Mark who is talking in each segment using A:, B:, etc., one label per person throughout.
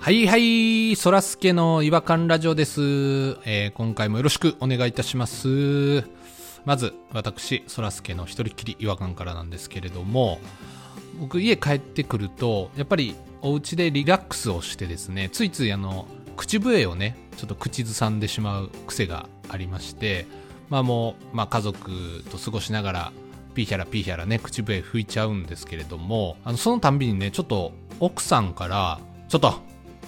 A: はいはい、そらすけの違和感ラジオです。えー今回もよろしくお願いいたします。まず、私、そらすけの一人っきり違和感からなんですけれども、僕、家帰ってくると、やっぱりお家でリラックスをしてですね、ついついあの、口笛をね、ちょっと口ずさんでしまう癖がありまして、まあもう、まあ家族と過ごしながら、ピーヒャラピーヒャラね、口笛吹いちゃうんですけれども、あの、そのたんびにね、ちょっと奥さんから、ちょっと、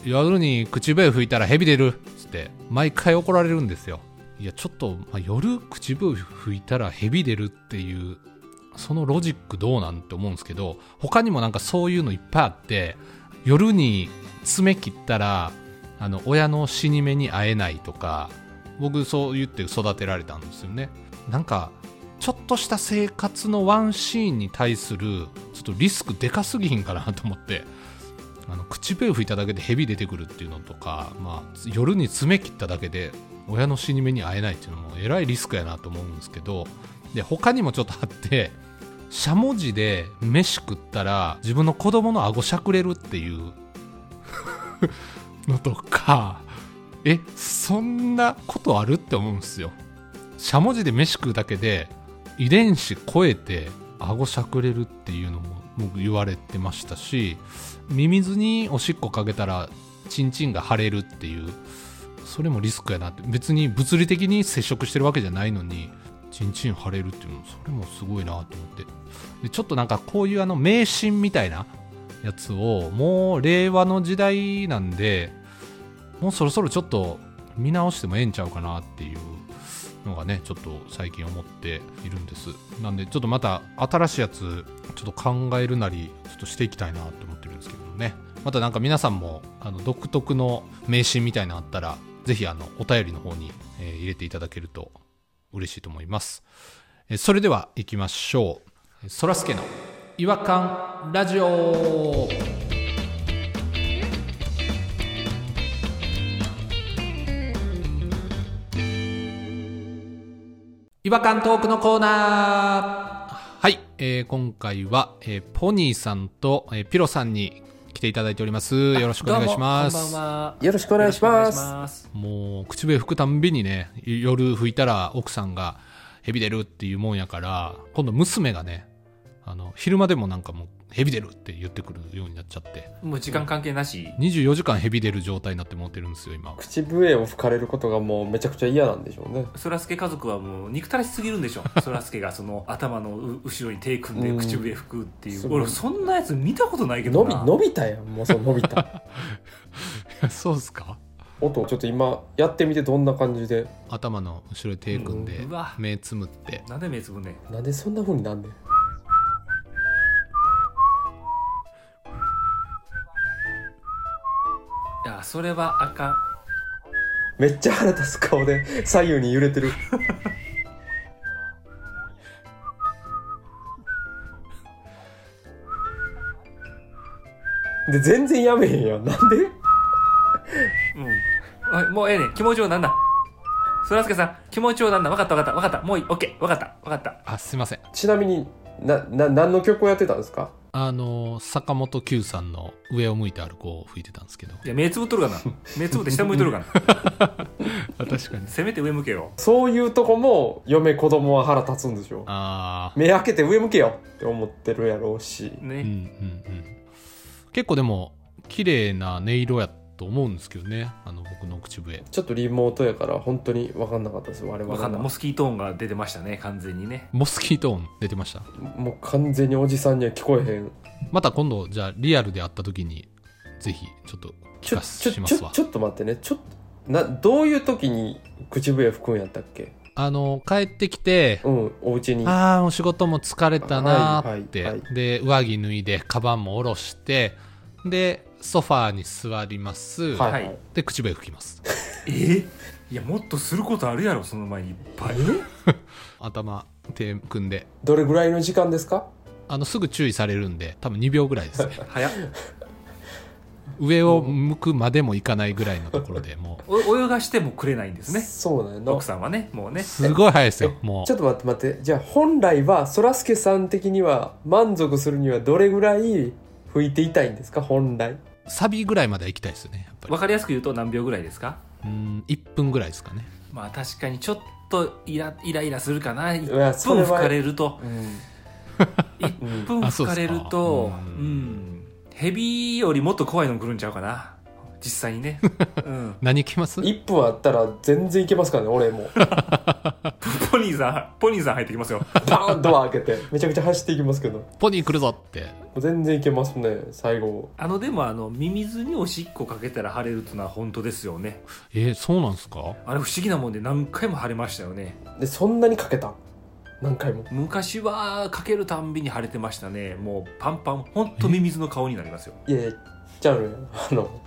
A: 夜に口笛吹いたら蛇出るっつって、毎回怒られるんですよ。いや、ちょっと、まあ、夜口笛吹いたら蛇出るっていう、そのロジックどうなんて思うんですけど、他にもなんかそういうのいっぱいあって、夜に爪切ったら、あの、親の死に目に会えないとか、僕そう言って育てられたんですよね。なんか、ちょっとした生活のワンシーンに対するちょっとリスクでかすぎひんかなと思ってあの口笛吹いただけで蛇出てくるっていうのとか、まあ、夜に爪切っただけで親の死に目に会えないっていうのもえらいリスクやなと思うんですけどで他にもちょっとあってしゃもじで飯食ったら自分の子供の顎しゃくれるっていう のとかえそんなことあるって思うんですよ。しゃもじで飯食うだけで遺伝子超えて顎しゃくれるっていうのも僕言われてましたしミミズにおしっこかけたらチンチンが腫れるっていうそれもリスクやなって別に物理的に接触してるわけじゃないのにチンチン腫れるっていうのそれもすごいなと思ってでちょっとなんかこういうあの迷信みたいなやつをもう令和の時代なんでもうそろそろちょっと見直してもええんちゃうかなっていうのがねちょっと最近思っているんですなんでちょっとまた新しいやつちょっと考えるなりちょっとしていきたいなと思ってるんですけどもねまたなんか皆さんもあの独特の迷信みたいなのあったらぜひあのお便りの方に、えー入れていただけると嬉しいと思います、えーそれでは行きましょうえーそらすけの違和感ラジオ違和感トークのコーナーはい、えー今回は、えーポニーさんと、えーピロさんに来ていただいておりますよろしくお願いします
B: どうもこんばんは。
C: よろしくお願いしま
B: よろ
C: す
B: くお願いしす
A: もう口笛吹くたんびにね夜吹いたら奥さんが「蛇出る」っていうもんやから今度娘がねあの昼間でもなんかもう「蛇出る」って言ってくるようになっちゃって
B: もう時間関係なし。
A: 24時間蛇出る状態になって持ってるんですよ今
C: 口笛を吹かれることがもうめちゃくちゃ嫌なんでしょうね
B: そらすけ家族はもう憎たらしすぎるんでしょ そらすけがその頭のう後ろに手組ん
C: うん
B: で口笛吹くっていう
C: すごい
B: 俺そんなやつ見たことないけど
C: 伸び
B: な
C: 伸びたやんもうその伸びた
A: そうっすか
C: 音ちょっと今やってみてどんな感じで
A: 頭の後ろに手組んで
B: うんうわ
A: 目つむって
B: なんで目つぶんねん
C: なんでそんな風になんねん
B: いやそれはあかん
C: めっちゃ腹立つ顔で左右に揺れてるで全然やめへんやんなんで
B: うんおいもうええねん気持ちをなんだそらすけさん気持ちをなんだ分かった分かった分かったもういいオッケー分かった分かった
A: あすいません
C: ちなみになな何の曲をやってたんですか
A: あの坂本九さんの「上を向いて歩こう」吹いてたんですけど
B: いや目つぶっとるがな目つぶって下向いとるがな
A: 確かに
B: せめて上向けよ
C: そういうとこも嫁子供は腹立つんでしょ
A: ああ
C: 目開けて上向けよって思ってるやろうし
B: ね、
A: うんうんうん、結構でも綺麗な音色やと思うんですけどねあの僕の口笛
C: ちょっとリモートやから本当に分かんなかったです我々
B: わかんないモ
C: も
B: スキートーンが出てましたね完全にね
A: モスキートーン出てました
C: もう完全におじさんには聞こえへん
A: また今度じゃあリアルで会った時にぜひちょっと聞
C: ちょ
A: か
C: ちょ
A: しま
C: ち
A: す
C: ょ
A: わ
C: ちょっと待ってねちょっとなどういう時に口笛吹くんやったっけ
A: あの帰ってきて
C: うんお家に
A: ああお仕事も疲れたなーって、
C: はいはいは
A: で上着脱いでカバンも下ろしてでソファーに座ります、
C: はい
B: は
C: はいい
A: で口笛吹きます
B: えいやもっとすることあるやろその前にいっぱい
A: 頭手組んで
C: どれぐらいの時間ですか
A: あのすぐ注意されるんで多分2秒ぐらいですね
B: 早っ
A: 上を向くまでもいかないぐらいのところでも
B: お泳がしてもくれないんですね
C: そうなんやな
B: 奥さんはねもう
A: う
B: ね
A: すごい早いですよ
C: え
A: も
C: ちょっと待って待ってじゃあ本来はそらすけさん的には満足するにはどれぐらい吹いていたいんですか本来
A: サビぐらいまでは行きたいですよねやっぱり
B: わかりやすく言うと何秒ぐらいですか
A: うん1分ぐらいですかね
B: まあ確かにちょっとイライライラするかな1
C: いやそれ
B: 分
C: は
B: 吹かれると1分
A: あそうっ
B: 吹か
A: すか
B: れると
A: う
B: うんん、ヘビよりもっと怖いの来るんちゃうかな実際 にね、うん、
A: 何来ます
C: 1分あったら全然いけますからね俺も
B: ポニーさんポニーさん入ってきますよ
C: バーンドア開けてめちゃくちゃ走っていきますけど
A: ポニー来るぞって
C: 全然いけますね最後
B: あのでもあのミミズにおしっこかけたら腫れるっていうのは本当ですよね
A: えーそうなんすか
B: あれ不思議なもんで何回も腫れましたよね
C: でそんなにかけた何回も
B: 昔はかけるたんびに腫れてましたねもうパンパン本当ミミズの顔になりますよ
C: いやいやじゃあねあの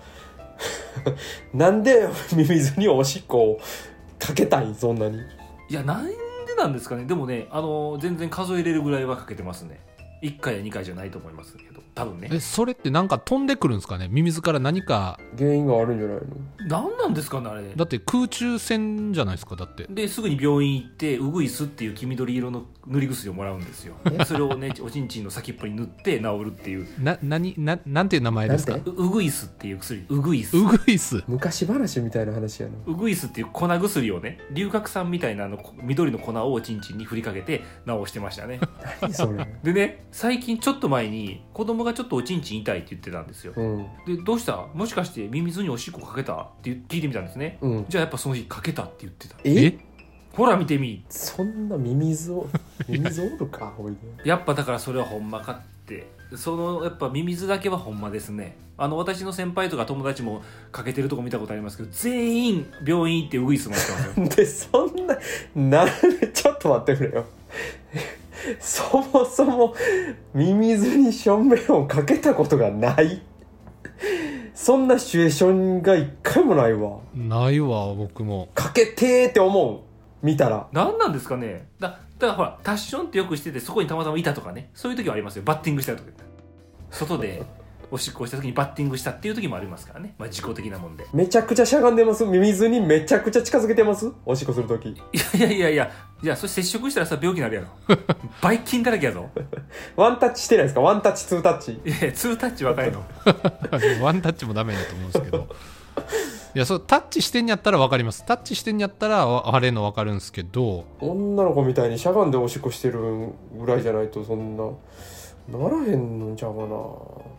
C: なんでミミズにおしっこをかけたいそんなに
B: いやなんでなんですかねでもねあの全然数えれるぐらいはかけてますね1回や2回じゃないと思いますけど多分ね
A: えそれってなんか飛んでくるんですかねミミズから何か
C: 原因があるんじゃないの
B: 何なんですかねあれ
A: だって空中戦じゃないですかだって
B: ですぐに病院行ってうぐいすっていう黄緑色の塗り薬をもらうんですよそれをねおちんちんの先っぽに塗って治るっていう
A: な何ななんていう名前ですか
C: なん
B: ううぐいすっていう薬うぐいす
A: ウグイス
C: 昔話みたいな話やな
B: ウグイスっていう粉薬をね龍角散みたいなあのこ緑の粉をおちんちんに振りかけて治してましたね
C: 何それ
B: でね最近ちょっと前に子供がちょっとおちんちん痛いって言ってたんですよ
C: うん
B: でどうしたもしかしてミミズにおしっこかけたって聞いてみたんですね
C: うん
B: じゃあやっぱその日かけたって言ってた
C: え
B: ほら見てみ
C: そんなミミズをミミズおるかおいで
B: やっぱだからそれはほんまかってそのやっぱミミズだけはほんまですねあの私の先輩とか友達もかけてるとこ見たことありますけど全員病院行ってウグイスもらって ますよ
C: でそんななんでちょっと待ってくれよ そもそもミミズに正面をかけたことがないそんなシチュエーションが一回もないわ
A: ないわ僕も
C: かけてーって思う見たら
B: 何なんですかねだだからほらタッションってよくしててそこにたまたまいたとかねそういう時はありますよバッティングした時外でおしっこした時にバッティングしたっていう時もありますからねまあ自己的なもんで
C: めちゃくちゃしゃがんでますミミズにめちゃくちゃ近づけてますおしっこするとき
B: いやいやいやいやいやそれ接触したらさ病気になるやろばい菌だらけやぞ
C: ワンタッチしてないですかワンタッチツータッチ
B: いやいやツータッチ若いの
A: ワンタッチもダメだと思うんですけどいやそうタッチしてんやったら分かりますタッチしてんやったらわあれの分かるんですけど
C: 女の子みたいにしゃがんでおしっこしてるぐらいじゃないとそんなならへんのんちゃうかな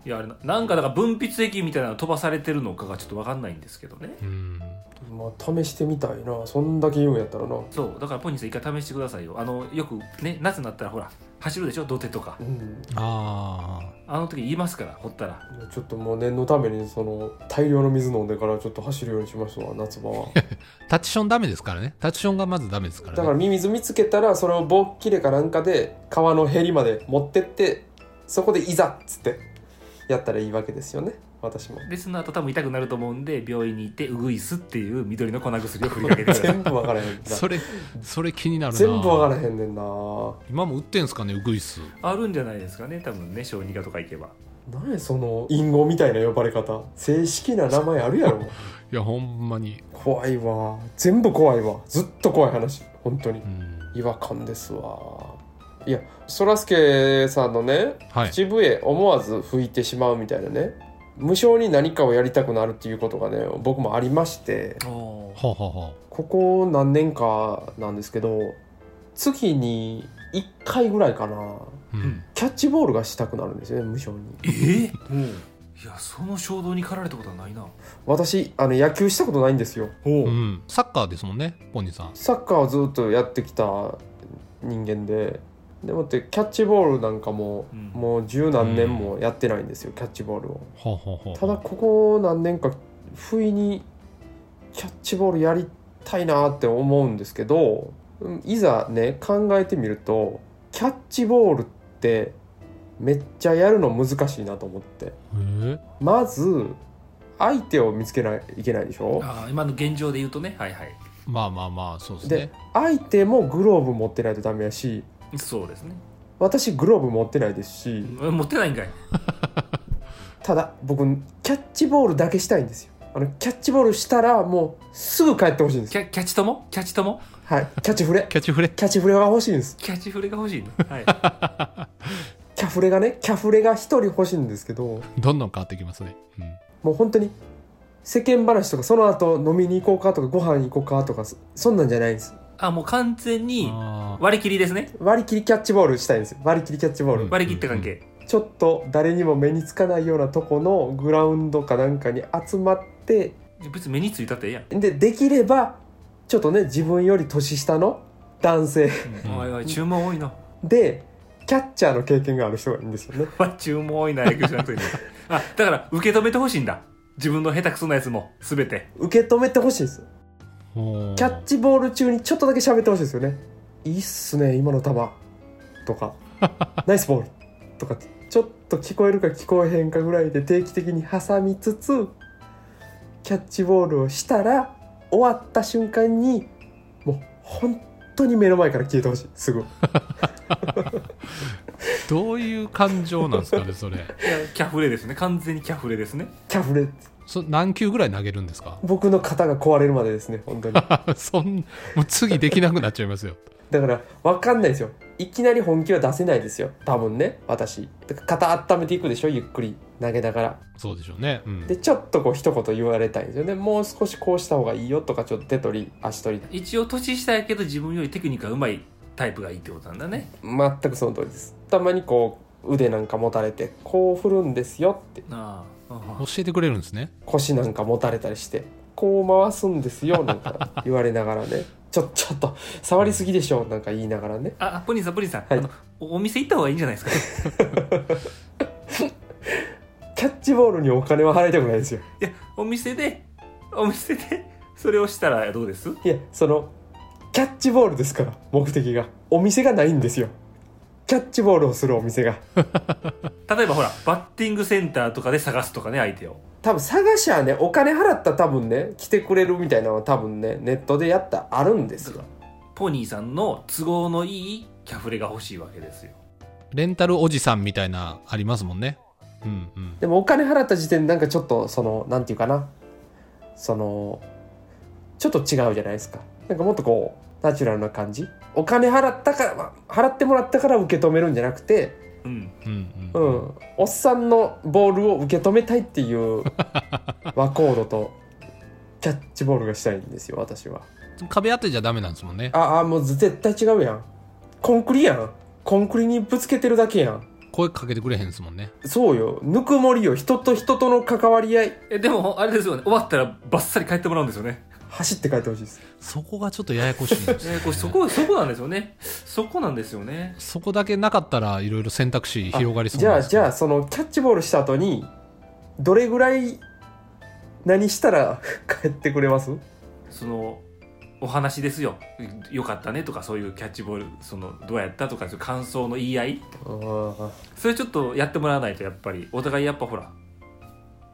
C: い
B: やあれななんかだから分泌液みたいなの飛ばされてるのかがちょっと分かんないんですけどね
A: うん
C: まあ試してみたいなそんだけ言うんやったらな
B: そうだからポニーさん一回試してくださいよあのよくね夏になったらほら走るでしょ土手とか
C: うん
A: ああ
B: あの時言いますからほったら
C: ちょっともう念のためにその大量の水飲んでからちょっと走るようにしましたわ夏場は
A: タッチションダメですからねタッチションがまずダメですから
C: だ
A: ね
C: からミミズ見つけたらそれを棒切れかなんかで川のへりまで持ってってそこでいざっつってやったらいいわけですよね私も
B: でその後多分痛くなると思うんで病院に行ってウグイスっていう緑の粉薬を振りかけてください
C: 全部わからへんな
A: それそれ気になるな
C: 全部わからへんねんな
A: 今も売ってんすかねウグイス
B: あるんじゃないですかね多分ね小児科とか行けば
C: 何その隠語みたいな呼ばれ方正式な名前あるやろ
A: いやほんまに
C: 怖いわ全部怖いわずっと怖い話本当に
A: うん
C: 違和感ですわいやそらすけさんのね
A: はい
C: 口笛思わず拭いてしまうみたいなね無性に何かをやりたくなるっていうことがね僕もありまして
A: はあ、はあは
C: ここ何年かなんですけど月に1回ぐらいかな
A: あ、うん、
C: キャッチボールがしたくなるんですよね無性に
B: えー、
C: うん
B: いやその衝動に駆られたことはないな
C: 私あの野球したことないんですよ
B: お
A: うん、サッカーですもんねポニーさん
C: サッカーをずっとやってきた人間ででもってキャッチボールなんかも、
B: うん
C: もう十何年もやってないんですよ、キャッチボールを
A: はあ、はあはあ、
C: ただここ何年か不意にキャッチボールやりたいなって思うんですけどうんいざね考えてみるとキャッチボールってめっちゃやるの難しいなと思って
A: え
C: まず相手を見つけないといけないでしょ
B: あー今の現状で言うとねはいはい
A: まあまあまあそうです
C: で
A: ね
C: 相手もグローブ持ってないとダメやし
B: そうですね
C: 私グローブ持ってないですし
B: うん持ってないんかい
C: ただ僕キャッチボールだけしたいんですよあのキャッチボールしたらもうすぐ帰ってほしいんです
B: キ
C: よ
B: ャキャッチともキャッチとも
C: はいキャッチフレ
A: キャッチフレ
C: キャッチフレが欲しいんです
B: キャッチフレが欲しいの、はい、
C: キャフレがねキャフレが一人欲しいんですけど
A: どんどん変わってきますね、うん、
C: もう本当に世間話とかその後飲みに行こうかとかご飯行こうかとかそそんなんじゃないんです
B: あもう完全に
A: あー
B: 割り切りですね
C: 割り切りキャッチボールしたいんですよ割り切りキャッチボール、
A: うん
B: 割り切った関係、
C: ちょっと誰にも目につかないようなとこのグラウンドかなんかに集まって
B: 別に目についたってええやん、
C: でできればちょっとね自分より年下の男性
A: うん
B: おいおい注文多い な
C: でキャッチャーの経験がある人がいいんですよね
B: まあ注文多いな野球しなくていいねあだから受け止めてほしいんだ自分の下手くそなやつも全て
C: 受け止めてほしいです
A: ほう
C: キャッチボール中にちょっとだけ喋ってほしいですよねいいっすね今の球とかナイスボールとかってちょっと聞こえるか聞こえへんかぐらいで定期的に挟みつつキャッチボールをしたら終わった瞬間にもう本当に目の前から消えてほしいすぐ
A: どういう感情なんですかねそれ
B: いやキャフレですね完全にキャフレですね
C: キャフレ
A: そ何球ぐらい投げるんですか
C: 僕の肩が壊れるまでですね本当に
A: そんもう次できなくなっちゃいますよ
C: だから分かんないですよいきなり本気は出せないですよ多分ね私だから肩温めていくでしょゆっくり投げながら
A: そうでしょうね、うん
C: でちょっとこう一言言われたいんですよねもう少しこうした方がいいよとかちょっと手取り足取り
B: 一応年下やけど自分よりテクニックがうまいタイプがいいってことなんだね
C: 全くその通りですたまにこう腕なんか持たれてこう振るんですよって
B: ああ
A: 教えてくれるんですね
C: 腰なんか持たれたりしてこう回すんですよなんか言われながらね ちょちょっと触りすぎでしょなんか言いながらね
B: ああプリンさんプリンさん、
C: はい
B: あのおお店行った方がいいんじゃないですかい
C: キャッチボールにお金は払いたくないですよ
B: やお店でお店でそれをしたらどうです
C: いやそのキャッチボールですから目的がお店がないんですよキャッチボールをするお店が
B: 例えばほらバッティングセンターとかで探すとかね相手を
C: 多分探しはねお金払ったら多分ね来てくれるみたいなのは多分ねネットでやったらあるんですよ
B: ポニーさんの都合のいいキャフレが欲しいわけですよ
A: レンタルおじさんみたいなありますもんねうんうん
C: でもお金払った時点でなんかちょっとそのなんていうかなそのちょっと違うじゃないですかなんかもっとこうナチュラルな感じお金払ったから、まあ払ってもらったから受け止めるんじゃなくて
B: うん
A: うん
C: う
A: うん
C: んおっさんのボールを受け止めたいっていう和コードとキャッチボールがしたいんですよ私は
A: 壁当てじゃダメなんですもんね
C: ああもう絶対違うやんコンクリやんコンクリにぶつけてるだけやん
A: 声かけてくれへんですもんね
C: そうよぬくもりよ人と人との関わり合い
B: えでもあれですよね終わったらバッサリ帰ってもらうんですよね
C: 走って帰ってほしいです
A: そこがちょっとややこしいんですよね
B: えこれそ こそこなんですよねそこなんですよね
A: そこだけなかったらいろいろ選択肢広がりそう
C: じ
A: なん
C: ゃ
A: で
C: あ
A: す
C: じゃあそのキャッチボールした後にどれぐらい何したら 帰ってくれます
B: そのお話ですよよかったねとかそういうキャッチボールそのどうやったとかそういう感想の言い合いそれちょっとやってもらわないとやっぱりお互いやっぱほら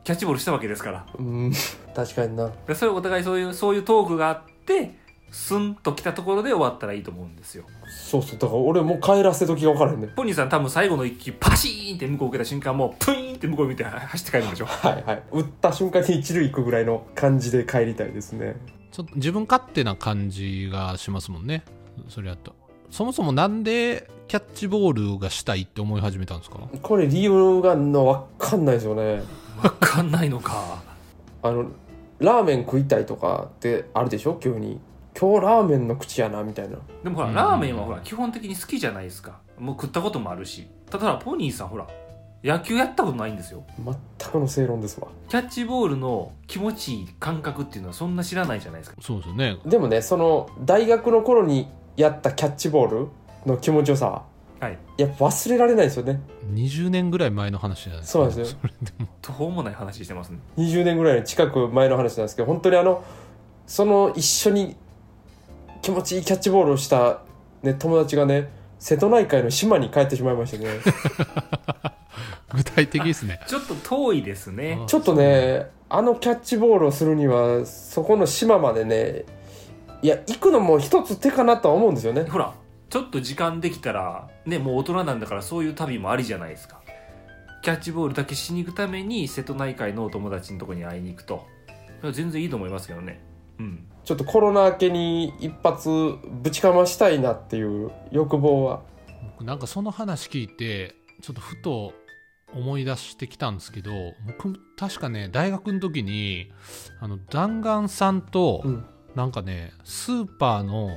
B: キャッチボールしたわけですから
C: うん確かにな
B: でそれお互いそういうそういうトークがあってスンときたところで終わったらいいと思うんですよ
C: そうそうだから俺もう帰らせ時が分からへんねん
B: ポニーさん多分最後の一球パシーンって向こう受けた瞬間もうプイーンって向こう見ては走って帰るんでしょ
C: はいはい打った瞬間に一塁行くぐらいの感じで帰りたいですね
A: ちょっと自分勝手な感じがしますもんねそれやとそもそもなんでキャッチボールがしたいって思い始めたんですか
C: これ理由がの分かんないですよね
B: 分かんないのか
C: あのラーメン食いたいとかってあるでしょ急に今日ラーメンの口やなみたいな
B: でもほら、
A: うん
B: ラーメンはほら基本的に好きじゃないですかもう食ったこともあるしただほらポニーさんほら野球やったことないんですよ
C: 全くの正論ですわ
B: キャッチボールの気持ちいい感覚っていうのはそんな知らないじゃないですか
A: そうですよね
C: でもねその大学の頃にやったキャッチボールの気持ちよさは
B: はい
C: やっぱ忘れられないですよね
A: 20年ぐらい前の話じゃないですか
C: そうなんで すよ
A: それでも
B: 途方もない話してますね
C: 20年ぐらい近く前の話なんですけど本当にあのその一緒に気持ちいいキャッチボールをした、ね、友達がね瀬戸内海の島に帰ってしまいましたね
A: 具体的ですね
B: ちょっと遠いですね
C: ちょっとねあのキャッチボールをするにはそこの島までねいや行くのも一つ手かなとは思うんですよね
B: ほらちょっと時間できたらねもう大人なんだからそういう旅もありじゃないですかキャッチボールだけしに行くために瀬戸内海のお友達のとこに会いに行くと全然いいと思いますけどねうん
C: ちょっとコロナ明けに一発ぶちかましたいなっていう欲望は
A: 僕なんかその話聞いてちょっとふと思い出してきたんですけど僕確かね大学の時にあの弾丸さんと、
C: うん
A: なんかねスーパーの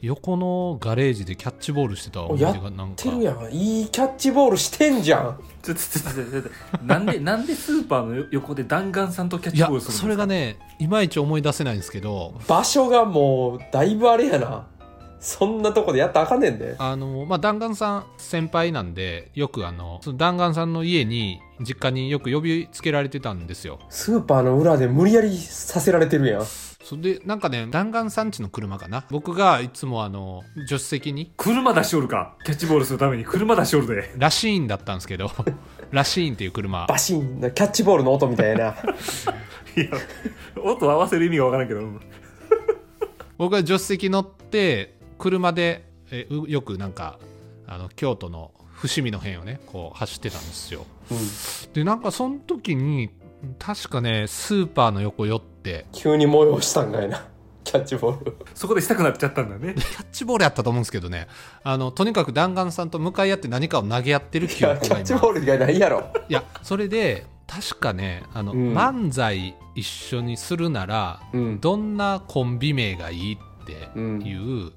A: 横のガレージでキャッチボールしてた思い出がなんか
C: てるやんいいキャッチボールしてんじゃん
B: ちょちょちょちょちょちょな んでなんでスーパーの横で弾丸さんとキャッ
A: い
B: チボ
A: や
B: ールするんですか
A: それがねいまいち思い出せないんですけど
C: 場所がもうだいぶあれやなそんなとこでやったらあかんねんで
A: あのまあ弾丸さん先輩なんでよくあのその弾丸さんの家に実家によく呼びつけられてたんですよ
C: スーパーの裏で無理やりさせられてるやん
A: それでなんかね弾丸さんちの車かな僕がいつもあの助手席に
B: 車出しおるかキャッチボールするために車出しおるで
A: ラシーンだったんですけ どラシーンっていう車
C: バシンキャッチボールの音みたいな
B: いや音合わせる意味がわからんけどうん
A: 僕が助手席乗って車でえうよくなんかあの京都の伏見の辺をねこう走ってたんですよ
C: うん
A: でなんかその時に確かねスーパーの横寄って
C: 急に催したんかいなキャッチボール
B: そこでしたくなっちゃったんだね
A: キャッチボールやったと思うんですけどねあのとにかく弾丸さんと向かい合って何かを投げ合ってる
C: い
A: 記
C: や
A: 憶
C: キ
A: が
C: ャッチボ
A: 今
C: ール以外ないやろ
A: いやそれで確かねあの、
C: うん
A: 漫才一緒にするなら
C: うん
A: どんなコンビ名がいいって
C: うん
A: いう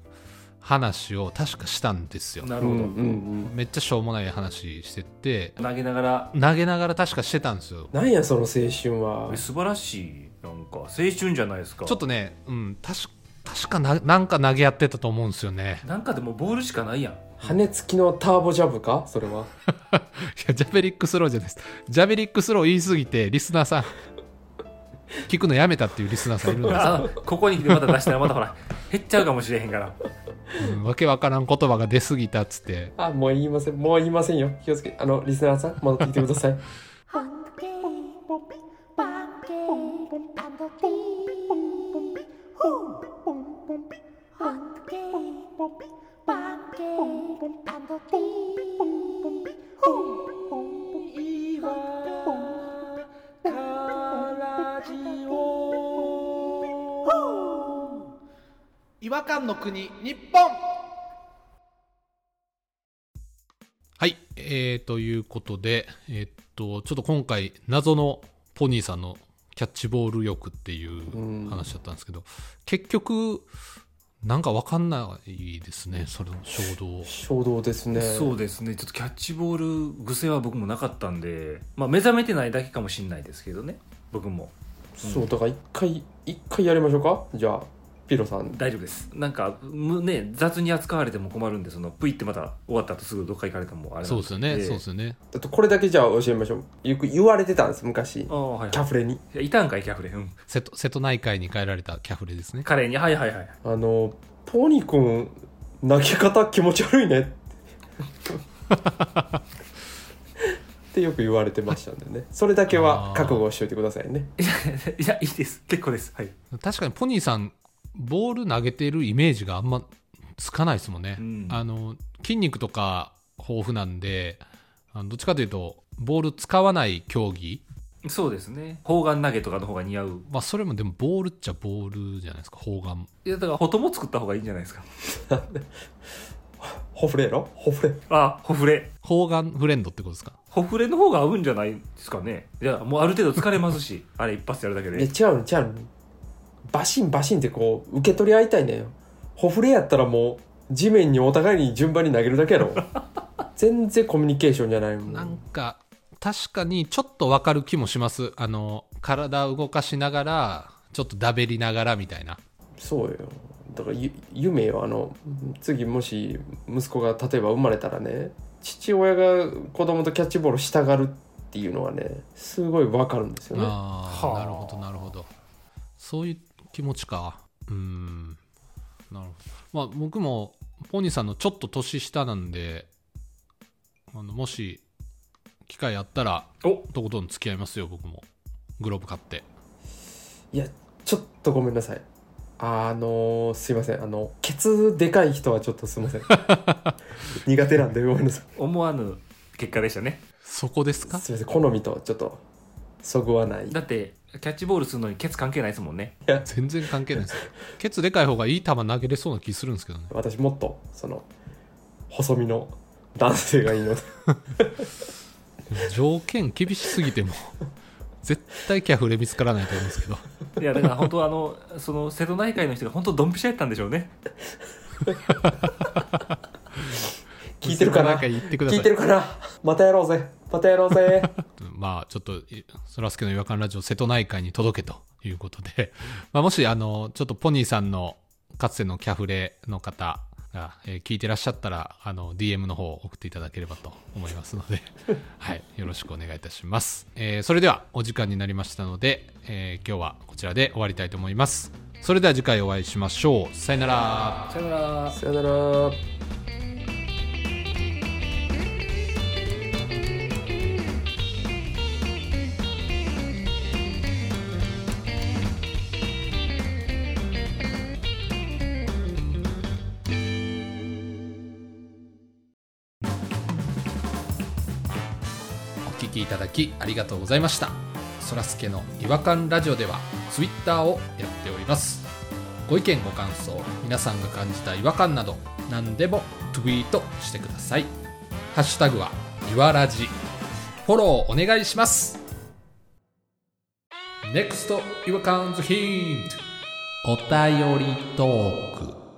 A: 話を確かしたんですよ、
B: な
C: う
B: るほ
C: ん
B: ど、
C: うん
A: めっちゃしょうもない話してて
B: 投げながら
A: 投げながら確かしてたんですよ
C: なんやその青春は
B: え素晴らしいなんか青春じゃないですか
A: ちょっとねうん確か確かななんか投げ合ってたと思うんですよね。
B: なんかでもボールしかないやん
C: 羽付きのターボジャブかそれはい
A: や、ジャベリックスローじゃないです。ジャベリックスロー言いすぎて、リスナーさん、聞くのやめたっていうリスナーさんいるんで
B: あここに来てまた出したらまたほら減っちゃうかもしれへんから
A: す。うんわけわからん言葉が出すぎたっつって。
C: あもう言いませんもう言いませんよ気をつけあのリスナーさん戻ってきてください
D: Hunky,
E: 違和感の国日本
A: はい。えー、ということで、えーっと、ちょっと今回、謎のポニーさんのキャッチボール欲っていう話だったんですけど、結局、なんかわかんないですね、それの衝動。
C: 衝動ですね
B: そうですねちょっとキャッチボール癖は僕もなかったんで、まあ、目覚めてないだけかもしれないですけどね僕も
C: そうだから一回一回やりましょうかじゃあピロさん
B: 大丈夫ですなんかむね雑に扱われても困るんでそのプイってまた終わった後すぐどっか行かれてもあれなん
A: そうですよね、
B: ええ
A: そうですよね。
C: あとこれだけじゃあ教えましょうよく言われてたんです昔
B: ああはい
C: キャフレに
B: はいいたんかいキャフレうん
A: 瀬戸瀬戸内海に帰られたキャフレですね。
B: カレーにはいはいはい
C: あのポニー君泣き方気持ち悪いねってよく言われてましたんでねそれだけは覚悟しておいてくださいね
B: いやいいです結構ですはい、
A: 確かにポニーさんボール投げてるイメージがあんまつかないですもんね、
B: うん
A: あの筋肉とか豊富なんであのどっちかというとボール使わない競技、
B: そうですね砲丸投げとかの方が似合う
A: まあ、それもでもボールっちゃボールじゃないですか砲丸
B: いやだからホトも作った方がいいんじゃないですか
C: ホフレやろホフレ
B: あホフレ
A: 砲丸フレンドってことですか
B: ホフレの方が合うんじゃないですかねいやもうある程度疲れますし あれ一発やるだけ
C: いや
B: で
C: 違うの違うのバシンバシンってこう受け取り合いたいねんよホフレやったらもう地面にお互いに順番に投げるだけ やろ全然コミュニケーションじゃないもん
A: なんか確かにちょっとわかる気もしますあの体動かしながらちょっとだべりながらみたいな
C: そうよだからゆ夢よあの次もし息子が例えば生まれたらね父親が子供とキャッチボールしたがるっていうのはねすごいわかるんですよね
A: あ
B: は
A: あ
B: あ
A: なるほどなるほどそういう気持ちかうーんなるほどまあ僕もポニーさんのちょっと年下なんであのもし機会あったら
B: お
A: とことん付き合いますよ僕もグローブ買って
C: いやちょっとごめんなさいあのすいませんあのケツでかい人はちょっとすいませ ん苦手なんでごめん なさい
B: 思わぬ結果でしたね
A: そこですか
C: すいません好みとちょっとそぐわない
B: だってキャッチボールするのにケツ関係ないですもんね
A: 全然関係ないですケツでかい方がいい球投げれそうな気するんですけどね
C: 私もっとその細身の男性がいいので
A: 条件厳しすぎても絶対キャフレ見つからないと思うんですけど
B: いやだから本当あのその瀬戸内海の人が本当ドンピシャやったんでしょうね
C: 聞いてるかな
A: なんか言ってくださ
C: 聞
A: い
C: いてるかなまたやろうぜまたやろうぜ
A: まあちょっといそらすけの違和感ラジオ瀬戸内海に届けということで、 まあ、もしあのちょっとポニーさんのかつてのキャフレの方が、えー聞いてらっしゃったらあの DM の方を送っていただければと思いますので、はい、よろしくお願いいたします、えーそれではお時間になりましたので、えー今日はこちらで終わりたいと思いますそれでは次回お会いしましょうさよなら
B: さよなら
C: さよなら
A: お聞きいただきありがとうございましたそらすけの違和感ラジオではツイッターをやっておりますご意見ご感想皆さんが感じた違和感など何でもツイートしてくださいハッシュタグはいわらじフォローお願いします NEXT 違和感ズヒントお便りトーク